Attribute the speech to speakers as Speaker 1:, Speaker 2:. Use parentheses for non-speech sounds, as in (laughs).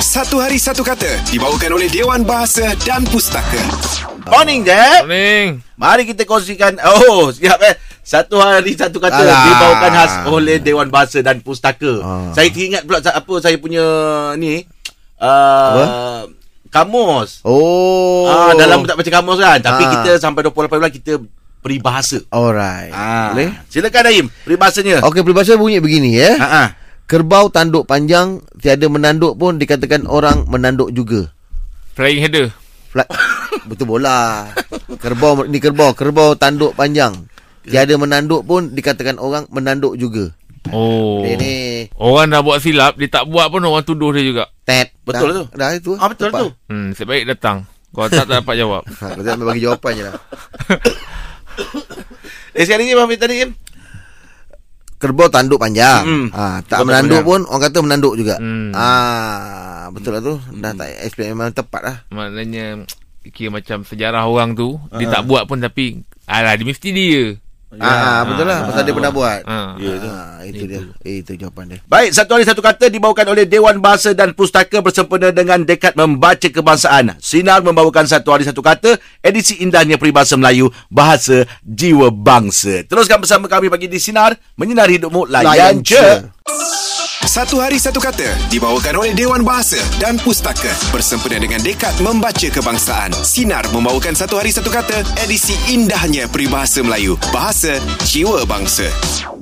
Speaker 1: Satu Hari Satu Kata dibawakan oleh Dewan Bahasa dan Pustaka.
Speaker 2: Ah. Morning, Dad.
Speaker 3: Morning.
Speaker 2: Mari kita kongsikan. Oh, siap eh. Satu hari satu kata
Speaker 4: Alah.
Speaker 2: dibawakan khas oleh Dewan Bahasa dan Pustaka.
Speaker 4: Ah.
Speaker 2: Saya teringat pula sa- apa saya punya ni uh,
Speaker 4: Apa?
Speaker 2: kamus.
Speaker 4: Oh.
Speaker 2: Ah, dalam tak baca kamus kan. Tapi
Speaker 4: Ah.
Speaker 2: kita sampai 28 bulan kita peribahasa.
Speaker 4: Alright.
Speaker 2: Ah.
Speaker 4: Boleh?
Speaker 2: Silakan Naim, peribahasanya.
Speaker 4: Okey, peribahasa bunyi begini ya.
Speaker 2: Ha ah.
Speaker 4: Kerbau tanduk panjang, tiada menanduk pun dikatakan orang menanduk juga.
Speaker 3: Flying header.
Speaker 2: (laughs)
Speaker 4: Flat. Betul bola. Kerbau ni kerbau, kerbau tanduk panjang. Tiada menanduk pun dikatakan orang menanduk juga.
Speaker 3: Oh.
Speaker 4: Dia ni
Speaker 3: Orang dah buat silap, dia tak buat pun orang tuduh dia juga.
Speaker 4: tet.
Speaker 2: Betul
Speaker 4: dah,
Speaker 2: tu.
Speaker 4: Dah itu.
Speaker 2: Ah, betul tu.
Speaker 3: Hmm, nasib baik datang. Kalau tak, tak dapat jawab.
Speaker 4: (laughs) Ha, kalau tak, ambil bagi jawapan je lah.
Speaker 2: Eh, sekali ni Mami tadi. Im.
Speaker 4: Kerbau tanduk panjang.
Speaker 2: Mm.
Speaker 4: Ha,
Speaker 2: Kerbau
Speaker 4: tak menanduk
Speaker 2: panjang. Hmm.
Speaker 4: pun orang kata menanduk juga.
Speaker 3: Mm.
Speaker 4: Ah, betul lah tu. Dah tak explain memang tepat lah.
Speaker 3: (laughs) Maknanya, kira macam sejarah orang tu, dia tak buat pun tapi, alah, dia mesti dia.
Speaker 4: Ah, betul lah. Pasal dia pernah buat.
Speaker 3: Ha.
Speaker 2: Ya, tu.
Speaker 4: Ah, itu, dia. Itu jawapan dia.
Speaker 2: Baik, satu hari satu kata dibawakan oleh Dewan Bahasa dan Pustaka bersempena dengan Dekat Membaca Kebangsaan. Sinar membawakan satu hari satu kata, edisi indahnya peribahasa Melayu, bahasa jiwa bangsa. Teruskan bersama kami pagi di Sinar, menyinari hidupmu layan, je.
Speaker 1: Satu Hari Satu Kata dibawakan oleh Dewan Bahasa dan Pustaka bersempena dengan Dekat Membaca Kebangsaan. Sinar membawakan Satu Hari Satu Kata edisi indahnya peribahasa Melayu, bahasa jiwa bangsa.